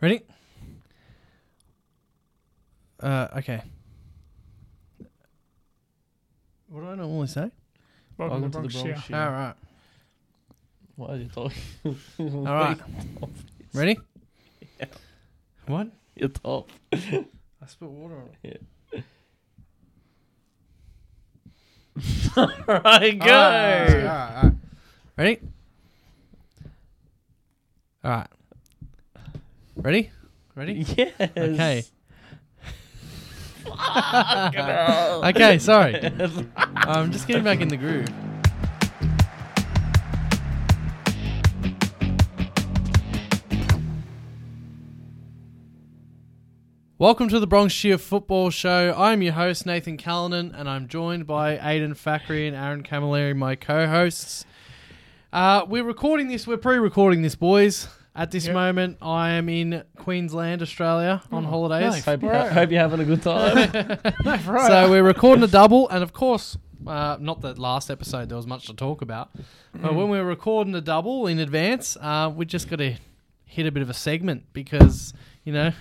Ready? Uh, okay. What do I normally say? Welcome, Welcome to the Bronx, Bronx, yeah. yeah. All right. Why are you talking? All right. Ready? What? You're top. I spilled water on it. All right, go. All right, all right. Ready? All right. Ready? Ready? Yes. Okay. Fuck, bro. Okay, sorry. I'm Um, just getting back in the groove. Welcome to the Bronx Cheer Football Show. I'm your host, Nathan Callanan, and I'm joined by Aidan Fackery and Aaron Camilleri, my co hosts. Uh, we're recording this, we're pre recording this, boys. At this Yep. moment, I am in Queensland, Australia, on holidays. Hope, you ha- hope you're having a good time. So we're recording a double, and of course, uh, not that last episode there was much to talk about, but when we were recording a double in advance, uh, we just got to hit a bit of a segment because you know,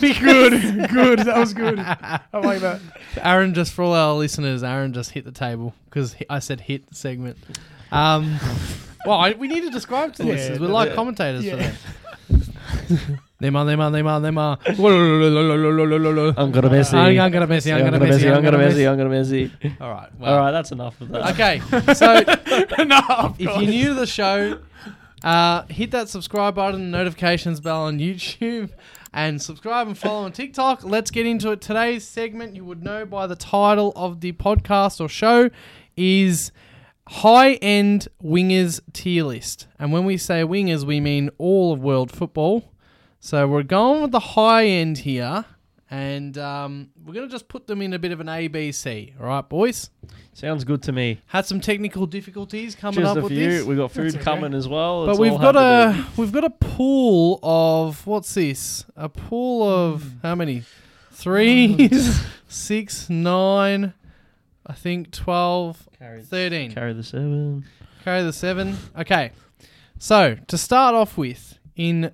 good, good. That was good. I like that. Aaron just for all our listeners, Aaron just hit the table because I said hit segment. Um, well, I, we need to describe to the Yeah, listeners. We're like yeah. commentators for Yeah. them. Them are, them are, them are, them are. I'm I'm gonna miss you. gonna miss you. I'm gonna miss you. I'm gonna miss you. I'm gonna miss you. All right. All Well, right, that's enough of that. Okay, so no, if you're new to the show, uh, hit that subscribe button, notifications bell on YouTube, and subscribe and follow on TikTok. Let's get into it. Today's segment, you would know by the title of the podcast or show, is High End Wingers Tier List. And when we say wingers, we mean all of world football. So we're going with the high end here. And um, we're going to just put them in a bit of an ABC. All right, boys? Sounds good to me. Had some technical difficulties coming Just up a with few. this. We got food That's okay. coming as well. But It's we've all got happening. a we've got a pool of what's this? A pool of how many? Three, six, nine, I think twelve, carry, thirteen. Carry, carry the seven. the seven. Okay. So to start off with, in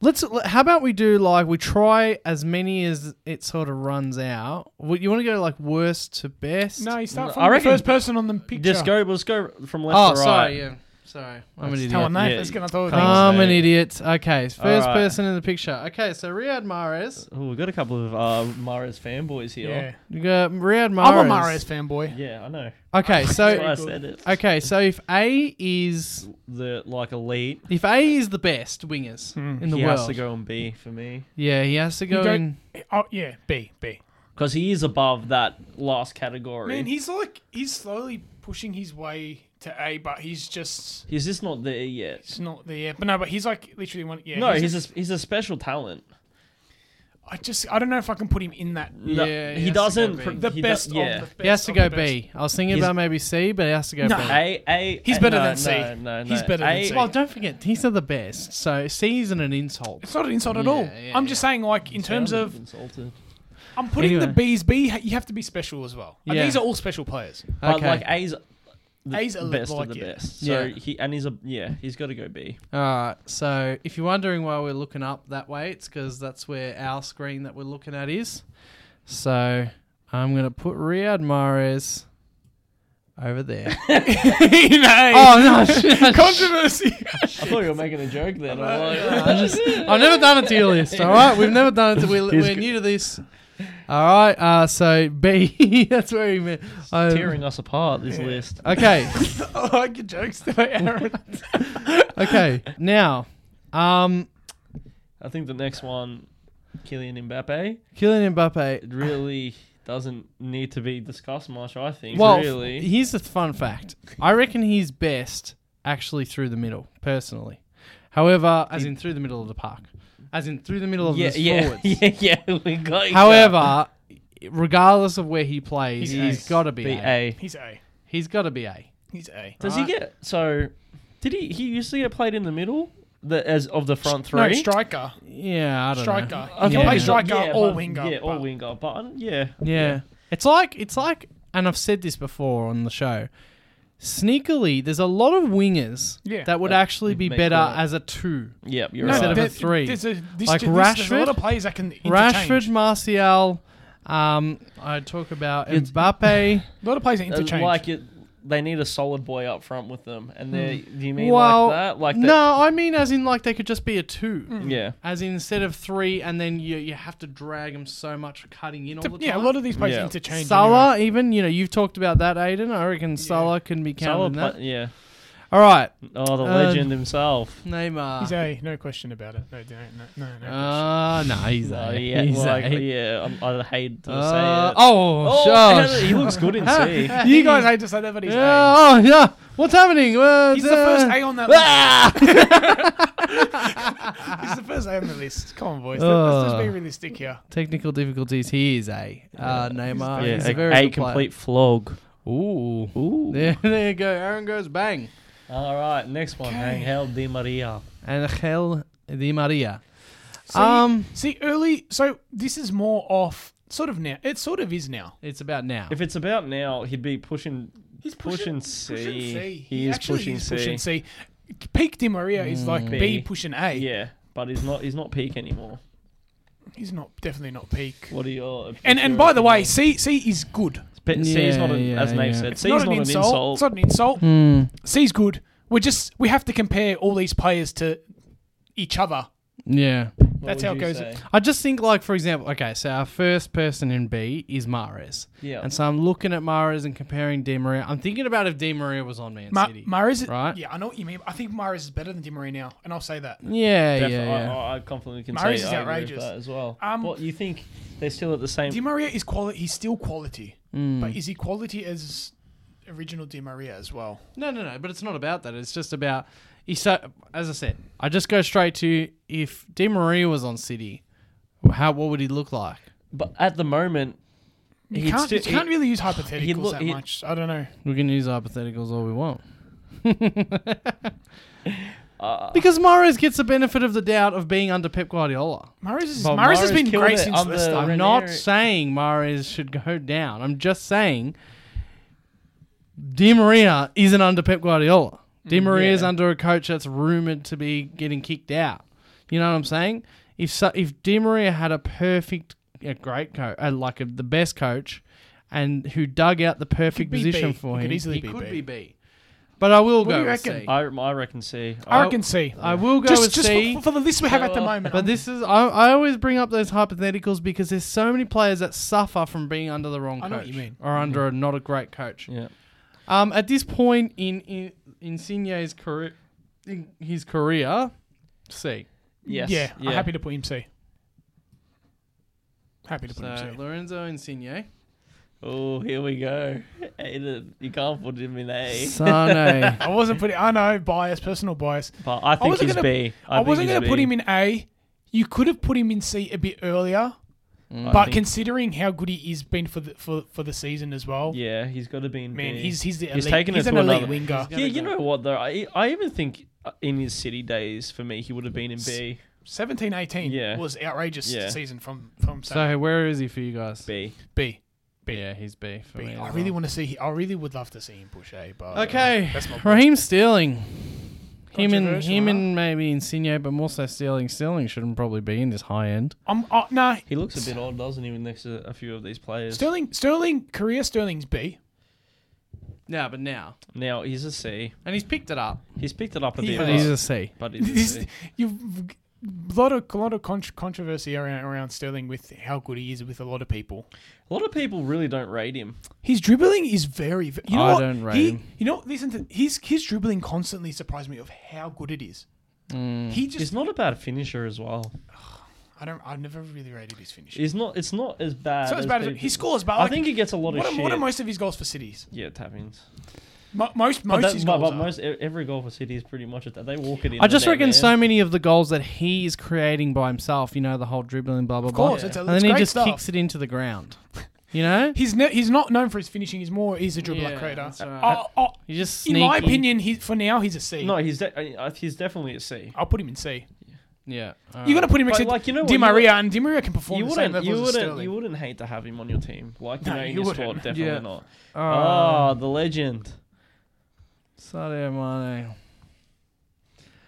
let's how about we do like we try as many as it sort of runs out. Would you want to go like worst to best? No, you start No, from I the reckon- first person on the picture. Just go. Let's go from left Oh, to right. sorry. Yeah. Sorry. I'm an idiot. Tell him that. Yeah. That's gonna throw it. Thanks, I'm an mate. idiot. Okay, first right. person in the picture. Okay, so Riyad Mahrez. Oh, we've got a couple of uh, Mara's fanboys here. Yeah, You got Riyad Mahrez. I'm a Mares fanboy. Yeah, I know. Okay, That's why so I said it. okay, so if A is The like elite. if A is the best wingers in the Hmm, he world, has to go on B for me yeah, he has to go. don't- in, Oh yeah, B B. because he is above that last category. Man, he's like he's slowly pushing his way to A, but he's just he's just not there yet. it's not there. But no, but he's like literally one. Yeah, no, he's, he's a, he's a special talent. I just I don't know if I can put him in that No, Yeah, he he, has to go doesn't. B. pr- the Mm, he best does, yeah. of the best. he has to of go the best. B. I was thinking He's- about maybe C, but he has to go No. B. A, A, He's A- better no, than C. No, no, no. He's better than A- C. Well, don't forget these are the best. So C isn't an insult. It's not an insult at Yeah, all. yeah, I'm just saying, like in terms Sounded of insulted. I'm putting the Anyway. B's B. You have to be special as well. And Yeah. these are all special players. But Okay, like A's the A's a best like of the it. best. So Yeah. he and he's a yeah, he's got to go B. all right. So if you're wondering why we're looking up that way, it's because that's where our screen that we're looking at is. So I'm gonna put Riyad Mahrez over there. you know, oh no! shit. controversy. I thought you were making a joke then. I'm like, I just, I've never done a tier list, all right? We've never done it. We're, we're new to this. All right, uh, so B, that's where he meant. um, tearing us apart this list. okay, Oh, I like your jokes today, Aaron. okay. Now, um, I think the next one, Kylian Mbappe, Kylian Mbappe. it really doesn't need to be discussed much. I think. Well, really. here's the fun fact. I reckon he's best actually through the middle, personally. However, as in through the middle of the park, as in through the middle of yeah, the yeah, forwards. yeah, yeah, we got. you. However, regardless of where he plays, He's he's ace. got to be B A. A. He's A. He's got to be A. He's A. Uh, Does Right. he get so? Did he? He used to get played in the middle, the as of the front three. No, striker. Yeah, I don't know. Striker. I You can thought play he- striker or but- winger. Yeah, or but- winger. But um, yeah, Yeah. It's like it's like and I've said this before on the show. sneakily, there's a lot of wingers Yeah. that would That actually be make better that- as a two. Yep, you're No, right. Instead of a there- three. There's a, this, Like like Rashford, there's a Rashford, lot of players that can Rashford, interchange. Martial. Um, I talk about It's- Mbappe. a lot of players that Uh, interchange. Like it, they need a solid boy up front with them, and they. Do you mean Hmm. Well, like that? Mm. Like that? no, I mean as in like they could just be a two, Mm. Yeah. as in instead of three, and then you you have to drag them so much for cutting in all the time. yeah, a lot of these players Yeah. interchange. Salah, even you know you've talked about that, Aiden. I reckon Salah can be counted. Salah in that. pla- yeah. All right, Oh, the Uh, legend himself. Neymar. He's a no question about it. No, no, no, no. no. Uh, no, he's Oh, a. yeah, he's like, a. yeah. I'm, I hate to say Uh, it. oh, Oh, shush. he looks good in C. you guys hate to say that, but he's Uh, Yeah, oh, yeah. What's happening? Uh, Ah! A. He's the first A on that list. he's the first A on the list. Come on, boys. Let's- Let's just be Uh. realistic here. Technical difficulties. He is a. Uh, Neymar. yeah, he's a, a very a good player. complete flog. Ooh. Ooh. There, there you go. Aaron goes bang. All right, next one. Angel Di Maria. Angel Di Maria. See, um, see, early. So this is more off. Sort of now. It sort of is now. it's about now. If it's about now, he'd be pushing. He's pushing, C. He, is actually pushing is C. Mm. pushing C. Peak Di Maria is like B, B. pushing A. Yeah, but he's not. He's not peak anymore. He's not definitely not peak. What are your And and your by the way, opinions? C C is good. But C is not an, Yeah, as Nate yeah. said. It's C is not an insult. It's not an insult. Hmm. C's good. We're just we have to compare all these players to each other. yeah. What that's would how it you goes. say? I just think, like, for example, okay, so our first person in B is Mares. Yeah. And so I'm looking at Mares and comparing Di Maria. I'm thinking about if Di Maria was on Man Ma- City. Mahrez, right? Yeah, I know what you mean. I think Mahrez is better than Di Maria now, and I'll say that. yeah, Def- yeah, yeah. I, I, I confidently can Mahrez is say I agree with outrageous. that as well. Um, but you think they're still at the same? Di Maria is quality. He's still quality, but is he quality as original Di Maria as well? No, no, no. But it's not about that. It's just about. He so, as I said, I just go straight to if Di Maria was on City, how what would he look like? but at the moment, You he'd can't, still- you can't really use hypotheticals he'd look- that he'd- much. I don't know. We can use hypotheticals all we want. because Mares gets the benefit of the doubt of being under Pep Guardiola. Mahrez, is, But Mahrez has Mahrez been killed great it since on the the- start. I'm Ranieri- not saying Mares should go down. I'm just saying Di Maria isn't under Pep Guardiola. Mm, Di Maria is yeah. under a coach that's rumored to be getting kicked out. You know what I'm saying? If so, if Di Maria had a perfect, a great coach, uh, like a, the best coach, and who dug out the perfect be position B. for him, He could easily he be could B. be B. But I will What go. do you with reckon? C. I, I reckon C. I reckon C. I will go just with just C. for, for the list we have at the Well, moment. But this is I, I always bring up those hypotheticals because there's so many players that suffer from being under the wrong I coach know what you mean. or under a not a great coach. yeah. Um, at this point in, in Insigne's career, in his career, C. Yes. yeah, I'm happy to put him C. Happy to put So him C. Lorenzo Insigne, Oh, here we go. Aiden, you can't put him in A. Sane. I wasn't putting. I know bias, personal bias. But I think wasn't he's gonna- B. I, wasn't going to put him in A. You could have put him in C a bit earlier, Mm. but considering how good he is been for the for, for the season as well, yeah, he's got to be in man, B. he's he's the elite. He's He's, taken it an to elite another- winger. He's yeah, you know what though? I I even think uh, in his city days for me he would have been in B. 17, 18 Yeah. was outrageous Yeah. season from from so, so where is he for you guys? B. B. B. Yeah, he's B for B. me. I as really well. want to see. I really would love to see him push A, but uh, Okay, that's my Raheem Sterling. Him and Controversial, him huh? and maybe Insigne, but more so Sterling. Sterling shouldn't probably be in this high end. I'm uh, nah. He looks a bit odd, doesn't he, next to a few of these players? Sterling Sterling career Sterling's B. No, but now now he's a C. and he's picked it up. He's picked it up a Yeah. bit, But but, he's a C. but he's a This- C. You've a lot of lot of con- controversy around, around Sterling with how good he is with a lot of people. a lot of people really don't rate him. His dribbling is very. ve- You know I what? don't rate he, him. You know, listen to his his dribbling constantly surprised me of how good it is. Mm. He just. He's not a bad finisher as well. I don't. I've never really rated his finish. It's He's not. It's not as bad. not as bad as people- he scores, but I like, think he gets a lot what, of are, shit. what are most of his goals for cities? yeah, tappings. Mo- most But, most that, his but, goals but are. most e- every goal for City is pretty much a, they walk it in. I the just net, reckon man. so many of the goals that he is creating by himself, you know, the whole dribbling, blah, blah, of course, blah. it's, a, And it's then he great just stuff. kicks it into the ground. You know? He's ne- he's not known for his finishing. He's more he's a dribbler Yeah, creator. that's right. Oh, oh, He just in sneaky. my opinion, he, for now he's a C. No, he's de- I- I- he's definitely at C. I'll put him in C. Yeah. all You're right. gonna put him Uh, But, in like, you know Di what, you Maria, and Di Maria can perform You the same wouldn't, level you as wouldn't, Sterling. you wouldn't hate to have him on your team. Like, you No, know, in you Uh, your wouldn't. squad, definitely Yeah. not. Uh, oh, the Ah, legend. Sadio Mane.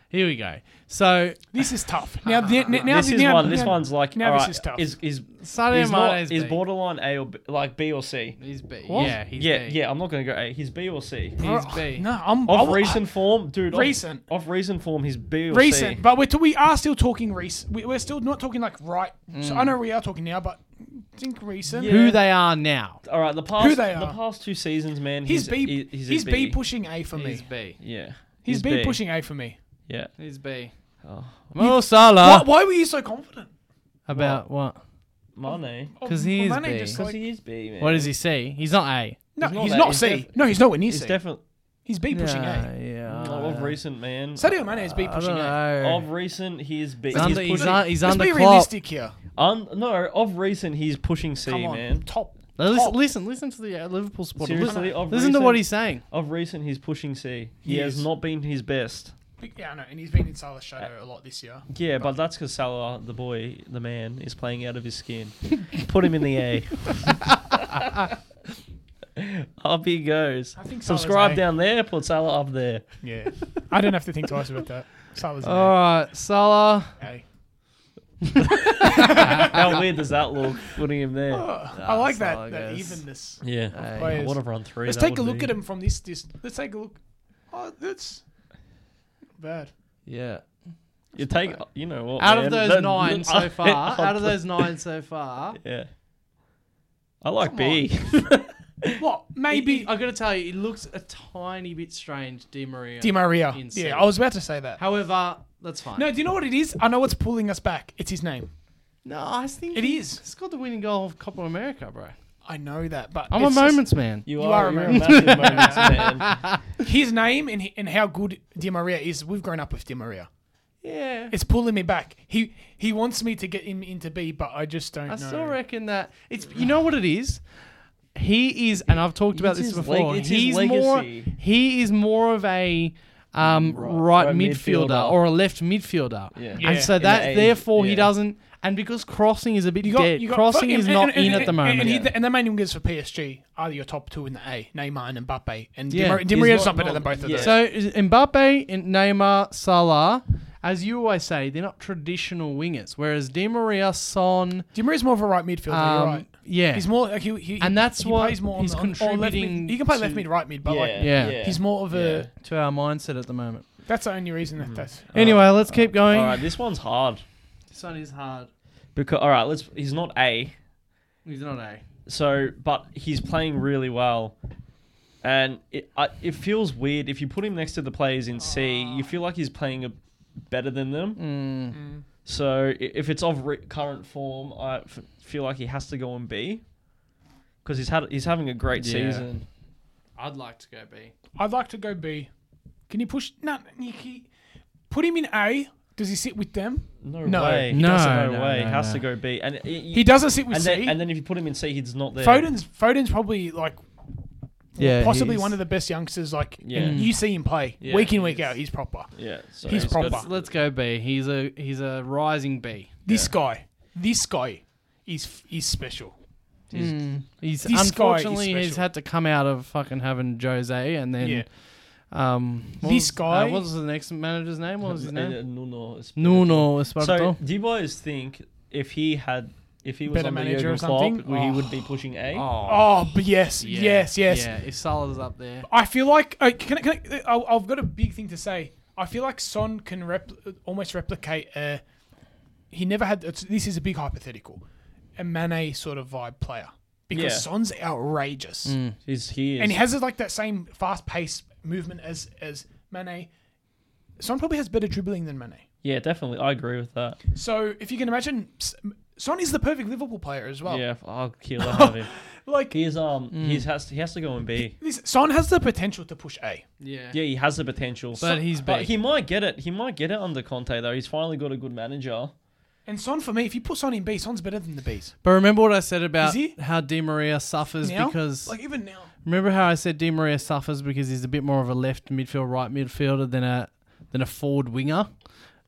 Here we go. So This is tough. Now, the, n- now Ah, this the- is now- one. This now- one's like now all this right, is tough. Is is Sadio he's not- Mane is he's B. borderline A or B, like B or C. He's B. What? Yeah, he's yeah, B. yeah. I'm not gonna go A. He's B or C. He's Oh, B. No, I'm Off I- recent form, dude. off- Recent. Off, recent form, he's B or recent, C. but we're t- we are still talking recent. We, we're still not talking like right. So Mm. I know we are talking now, but think recent. Yeah. Who they are now? All right, the past they the are. past two seasons, man. He's, B. he- he's, a B. pushing A for me. He's He's, B. Yeah, B, pushing A for me. Yeah, He's B. Oh. Mo Salah. why, why were you so confident? About what? money. Oh, 'Cause he is Mane B. just Because like- he is B, man. What does he see? He's not A. no, he's not he's that. not He's C. def- no, he's nowhere near He's C. definitely he's B pushing A. Yeah, Yeah. of recent, man. Sadio Mane is B I pushing don't A. know. Of recent, he is B. he's under, He's he's, pushing- un, he's Let's under be Klopp. realistic here. un- no, of recent, he's pushing C, Come on, man. top. Now Listen, top. listen, listen to the uh, Liverpool supporter. Seriously, Listen, of listen to what recent- he's saying. Of recent, he's pushing C. He He has is. not been his best. Yeah, I know, and he's been in Salah's shadow a lot this year. Yeah, but that's because Salah, the boy, the man, is playing out of his skin. Put him in the A. up he goes. I think Salah's Subscribe A. down there, put Salah up there. Yeah, I don't have to think twice about that. Salah's All right, Salah. A. A. How weird does that look, putting him there? I like Salah that, that goes. evenness. Yeah. Hey. I would have run three. Let's that take a would look be- at him from this. This. Let's take a look. Oh, that's not bad. Yeah. You take, you know what? Out of man, those that- nine so far, out of those nine so far, Yeah. I like Come B. What? maybe Maybe I gotta tell you, it looks a tiny bit strange, Di Maria. Di Maria. Insane. Yeah, I was about to say that. However, that's fine. No, do you know what it is? I know what's pulling us back. It's his name. no, I think It is. He scored the winning goal of Copa America, bro. I know that, but I'm a it's just moments man. You, are a you're man. massive moments man. his name and he- and how good Di Maria is. We've grown up with Di Maria. Yeah. It's pulling me back. He he wants me to get him into B, but I just don't I know. still reckon that it's you know what it is. He is, and I've talked about It's this his before. leg- it's his he's more. legacy. He is more of a um, right, right midfielder, midfielder. or a left midfielder, Yeah. Yeah. and so In the that age, therefore he yeah. doesn't. And because crossing is a bit You got- dead, you got- crossing and- is and- not and- in and- at the moment. And, he, and the main wingers for PSG are your top two in the A, Neymar and Mbappe. And Yeah. Di, Maria, Di He's Maria's not- not better not- than both of yeah. them. So is Mbappe, Neymar, Salah, as you always say, they're not traditional wingers. Whereas Di Maria, Son, Di Maria's more of a right midfielder. um, you're right. yeah, He's more like he, he And that's he what plays more on he's the- on- or left mid. contributing He can play to- left mid, right mid, but like Yeah. he's more of a. to our mindset at the moment. That's the only reason that that's. Anyway, let's keep going. All right, this one's hard. This one is hard. Because all right, let's. He's not A. He's not A. So, but he's playing really well, and it I, it feels weird if you put him next to the players in C. You feel like he's playing a, better than them. Mm. So i- if it's of re- current form, I f- feel like he has to go on B, because he's had he's having a great Yeah. season. I'd like to go B. I'd like to go B. Can you push? No, you can- put him in A. Does he sit with them? No, No. way. He No, doesn't- no, no, way. no, he has no. to go B, and he, He doesn't sit with and C. then, and then if you put him in C, he's not there. Foden's Foden's probably like Yeah, possibly one of the best youngsters. Like Yeah. and you see him play Yeah, week in he week is. out. He's proper. Yeah, so He's got- proper. Let's, let's go B. He's a he's a rising B. This guy, this guy, is is special. he's- Hmm. He's This guy is unfortunately he's special. had to come out of fucking having Jose and then Yeah. um what This was- guy- uh, what was the next manager's name? What was his Uh, name? Nuno Espirito. Nuno Espirito. So do you boys think if he had if he was Better on the manager Jurgen or something? Klopp, he would be pushing A? Oh, but yes, yeah, yes, yes. Yeah, if Salah's up there. I feel like uh, can, I- can I, I'll- I've got a big thing to say. I feel like Son can rep, almost replicate. Uh, he never had. It's, this is a big hypothetical. A Mane sort of vibe player because Yeah. Mm. Son's outrageous He's he is. and he has like that same fast paced movement as as Mane. Son probably has better dribbling than Mane. yeah, definitely. I agree with that. So if you can imagine, S- Son is the perfect Liverpool player as well. Yeah, I'll kill that out of him. Like He's um he's has to, he has to go and B. this, Son has the potential to push A. Yeah. Yeah, he has the potential. But he's But B. he might get it. He might get it under Conte though. He's finally got a good manager. And Son for me, if you put Son in B, Son's better than the Bs. But remember what I said about Is he? how Di Maria suffers Now, because like even now. remember how I said Di Maria suffers because he's a bit more of a left midfield, right midfielder than a than a forward winger.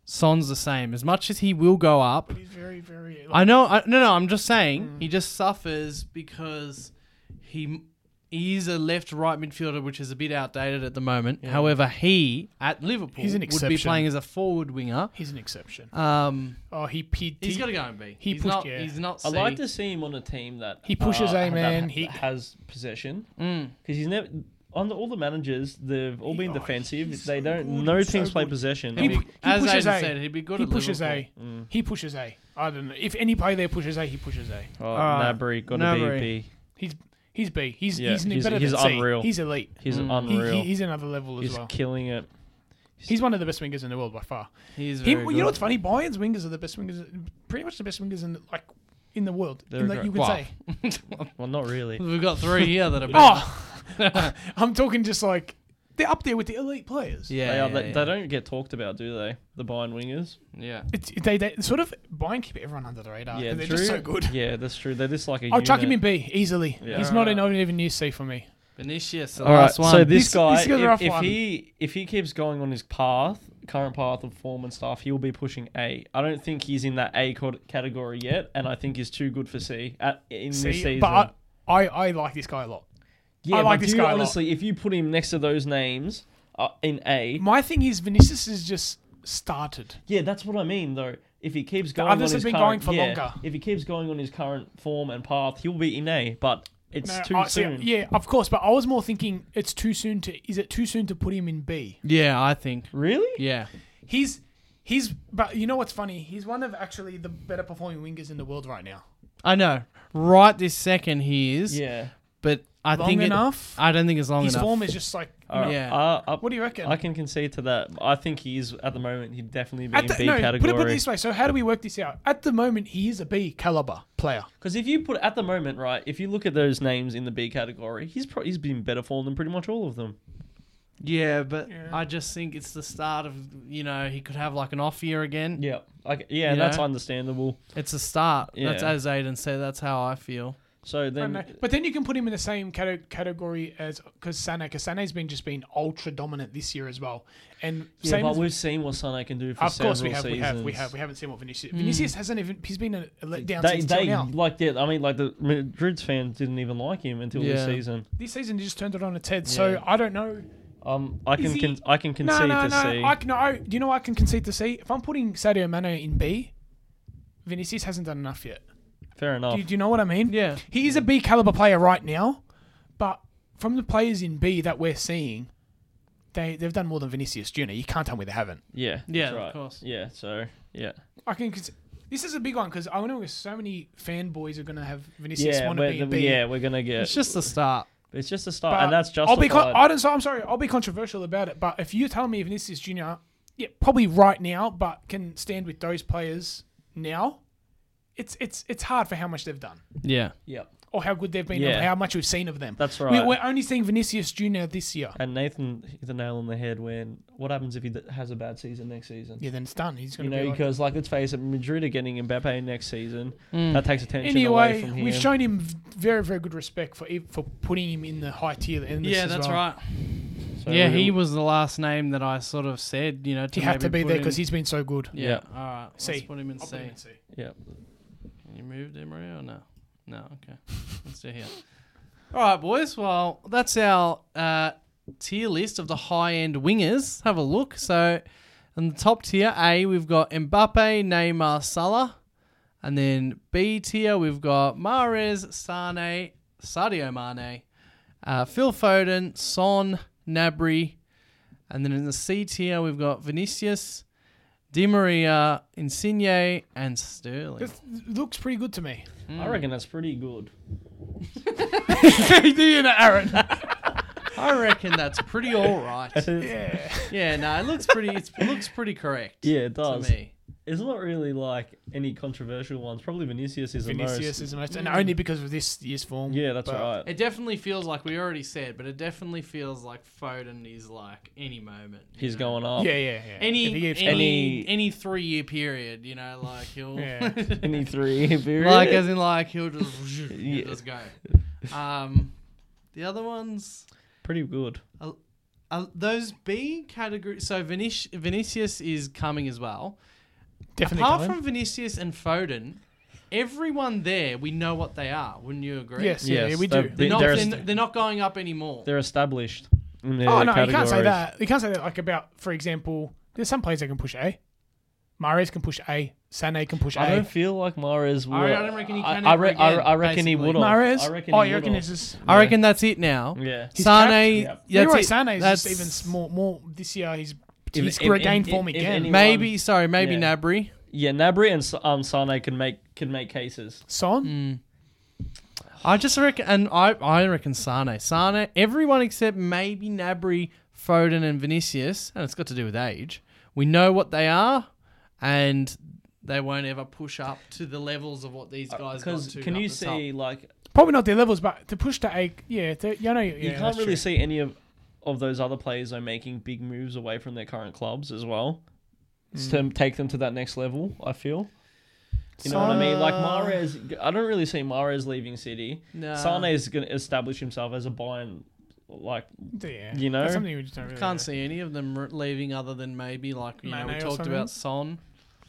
Son's the same. As much as he will go up, He's very, very. Mm. I know. I, no, no. I'm just saying he just suffers because he m- He's a left-right midfielder, which is a bit outdated at the moment. However, he at Liverpool He's an would be exception. playing as a forward winger. He's an exception. Um, Oh, he he, he's he- got to go and be. he he's pushed- not. yeah. He's not. I C. like to see him on a team that He pushes uh, a man, That he- has possession Mm. because he's never. On the, all the managers, they've all been Oh, defensive. he's They so don't. good, no he's so teams play good. possession. Mm. He'd I be- mean, as pushes Aidan A. said, he'd be good. he at pushes Liverpool. a. He pushes a. I don't know if any player there pushes a, he pushes a. oh, Ah, Uh, Nabry got Nabry. to be. B. He's he's B. He's Yeah, he's, he's- better he's than C. unreal. He's elite. He's Mm. He, unreal. he, he's another level as he's well. killing it. He's one of the best wingers in the world by far. He's He, very well, good. you know what's funny? Bayern's wingers are the best wingers, pretty much the best wingers in the, like in the world. They're in that great. you could Wow. say. Well, not really. We've got three here that are. better. Oh, I'm talking just like they're up there with the elite players. yeah, they, are, yeah, they, yeah. they don't get talked about, do they? The Bayern wingers. Yeah. It's, they, they sort of Bayern keep everyone under the radar. yeah, and they're true. just so good. Yeah, that's true. They're just like a. I'll Oh, chuck him in B unit. easily. Yeah. He's not in I don't even new C for me. Vinicius, the All right. last one. So this, This- guy, this is a if, rough if one. he if he keeps going on his path, current path of form and stuff, he will be pushing A. I don't think he's in that A cod- category yet, and I think he's too good for C at, in this C, season. but I, I I like this guy a lot. yeah, I like but this do guy a lot. honestly, if you put him next to those names uh, in A, My thing is Vinicius is just started. yeah, that's what I mean though. If he keeps going, others on have his been current- going for yeah, longer. If he keeps going on his current form and path, he'll be in A. But it's No, too I- see, soon. yeah, of course. But I was more thinking it's too soon to. Is it too soon to put him in B? Yeah, I think. Really? Yeah. He's he's. But you know what's funny? He's one of actually the better performing wingers in the world right now. I know. Right this second he is, Yeah. but I Long think it- enough. I don't think it's long His enough. form is just like. All right. Yeah. Uh, up- What do you reckon? I can concede to that. I think he is at the moment. He'd definitely be At in the- B no, category. put it, put it this way. So how do we work this out? At the moment, he is a B caliber player. Because if you put at the moment, right, if you look at those names in the B category, he's pro- he's been better form than pretty much all of them. yeah, but Yeah. I just think it's the start of you know he could have like an off year again. Yeah, like yeah, You that's know? understandable. It's a start. That's Yeah. as Aiden said. That's how I feel. So I don't then, know. But then you can put him in the same cate- category as because Sané, because Sané's been just been ultra dominant this year as well. And yeah, same but as- we've seen what Sane can do for of course we have, several we have, we seasons. have, we haven't seen what Vinicius. Vinicius hasn't even. He's been a, a letdown They, since till they now. like yeah. I mean, like the Madrid's fans didn't even like him until Yeah. this season. This season, he just turned it on its head. So Yeah. I don't know. Um, I Is can, he- con- I can concede No, no, to no. see. I can. No, do you know what I can concede to C? If I'm putting Sadio Mane in B, Vinicius hasn't done enough yet. Fair enough. Do, do you know what I mean? Yeah. He is a B caliber player right now, but from the players in B that we're seeing, they they've done more than Vinicius Junior. You can't tell me they haven't. yeah, Yeah, that's of right. course. Yeah, so yeah, I can. Cons- this is a big one because I know so many fanboys are gonna have Vinicius yeah, want to be we're, in B. yeah, we're gonna get. It's just the start. It's just a start, But and that's justified. I'll be con- I don't, so I'm sorry. I'll be controversial about it, but if you tell me Vinicius Junior, yeah, probably right now, but can stand with those players now, it's it's it's hard for how much they've done Yeah. yeah, or how good they've been, Yeah. or how much we've seen of them. that's We, right. we're only seeing Vinicius Junior this year. and Nathan hit the nail on the head when what happens if he th- has a bad season next season? Yeah, then it's done. He's You gonna know, be like, because like let's face it, Madrid are getting Mbappe next season. Mm. That takes attention away Anyway, from him. we've shown him v- very, very good respect for ev- for putting him in the high tier. In this Yeah, as that's well. right. So yeah, we- he was the last name that I sort of said. You know, to He had to maybe be put there in- because he's been so good. Yeah. Yeah. All right. C. Let's put him in I'll C. put him in C. Yeah, Can you move there, Maria, or no? No, okay. Let's do here. All right, boys. Well, that's our uh, tier list of the high end wingers. Have a look. So, in the top tier, A, we've got Mbappe, Neymar, Salah. And then B tier, we've got Mares, Sane, Sadio Mane, uh, Phil Foden, Son, Nabri. And then in the C tier, we've got Vinicius, Di Maria, Insigne, and Sterling. This looks pretty good to me. I reckon that's pretty good. you know, Aaron. I reckon that's pretty all right. Yeah. Yeah, no, it looks pretty. It's, it looks pretty correct. Yeah, it to does. me. It's not really like any controversial ones. Probably Vinicius is the Vinicius most. is the most, and only because of this year's form. yeah, that's but- right. It definitely feels like we already said, but it definitely feels like Foden is like any moment. you He's know. going up. Yeah, yeah, yeah. If he Any keeps- any Any- any three year period, you know, like he'll Yeah. Any three. period. like as in like he'll just he'll Yeah. just go. Um, the other ones. pretty good. Uh, those B category, so Vinicius, Vinicius is coming as well. definitely Apart coming. from Vinicius and Foden, everyone there, we know what they are. Wouldn't you agree? Yes, yeah, Yes, yeah, we they're do. big- They're not, They're they're, est- n- they're not going up anymore. They're established. In their oh no, you can't say categories. that. You can't say that. Like about, for example, there's some players that can push A. Mares can push A. Sané can push I A. don't feel like Mares will. I don't reckon he I- can I, ever re- I, again, I reckon he basically. would. Mares. I reckon Oh, he you reckon would've. it's just. I reckon that's it now. Yeah. He's Sane, capped. that's Leroy it. Sané is That's- just even s- more more this year. He's If- he's if- regained if- form if again. any- Maybe sorry, maybe Yeah. Nabry. Yeah, Nabry and S- um, Sane can make can make cases. Son, Mm. I just reckon, and I, I reckon Sane, Sane, everyone except maybe Nabry, Foden, and Vinicius, and it's got to do with age. We know what they are, and they won't ever push up to the levels of what these guys got Because to. Uh, can up you the top. see like probably not their levels, but to push to A, yeah, to, you know, yeah, you can't that's really true. see any of of those other players are making big moves away from their current clubs as well s- Mm. to take them to that next level. I feel. You know what I mean? Like Mares, I don't really see Mares leaving City. No. Sane is going to establish himself as a Bayern, like Yeah, you know? that's something we just don't really Can't know. see any of them r- leaving other than maybe like you know Mane we or talked something? about Son,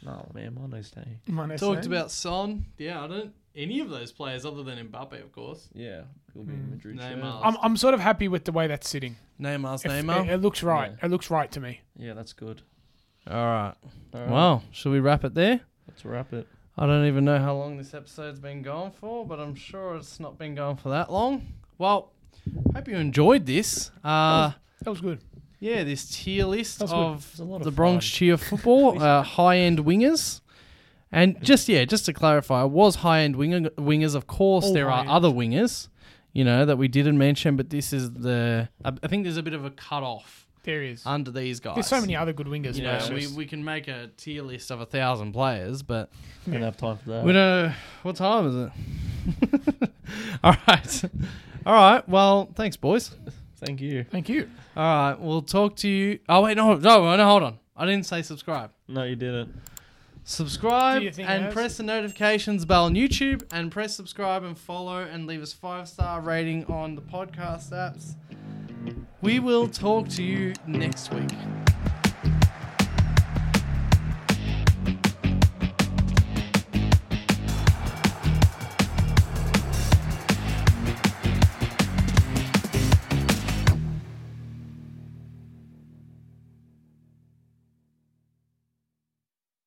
no man, Mano's day. Minus talked A. about Son. Yeah, I don't any of those players other than Mbappe, of course. Yeah, he'll be in Madrid. shirt. Neymar. Mm. I'm I'm sort of happy with the way that's sitting. Neymar's If- Neymar. It, it looks right. Yeah. It looks right to me. Yeah, that's good. All right. All right, Well, should we wrap it there? let's wrap it. I don't even know how long this episode's been going for, but I'm sure it's not been going for that long. Well, hope you enjoyed this. Uh, That was good. yeah, this tier list That was good. of was a lot of the Bronx fun. cheer football, uh, high end wingers. And just, yeah, just to clarify, it was high end winger, wingers. Of course, All there are high-end. other wingers, you know, that we didn't mention, but this is the. I I think there's a bit of a cut off There he is. under these guys. There's so many other good wingers. You but know, it's we, just- we can make a tier list of a thousand players, but We don't have time for that. we don't. What time is it? All right. All right. Well, thanks, boys. Thank you. Thank you. All right. We'll talk to you. Oh wait, no, no, no. Hold on. I didn't say subscribe. No, you didn't. Subscribe Do you think it and has? press the notifications bell on YouTube and press subscribe and follow and leave us five star rating on the podcast apps. We will talk to you next week.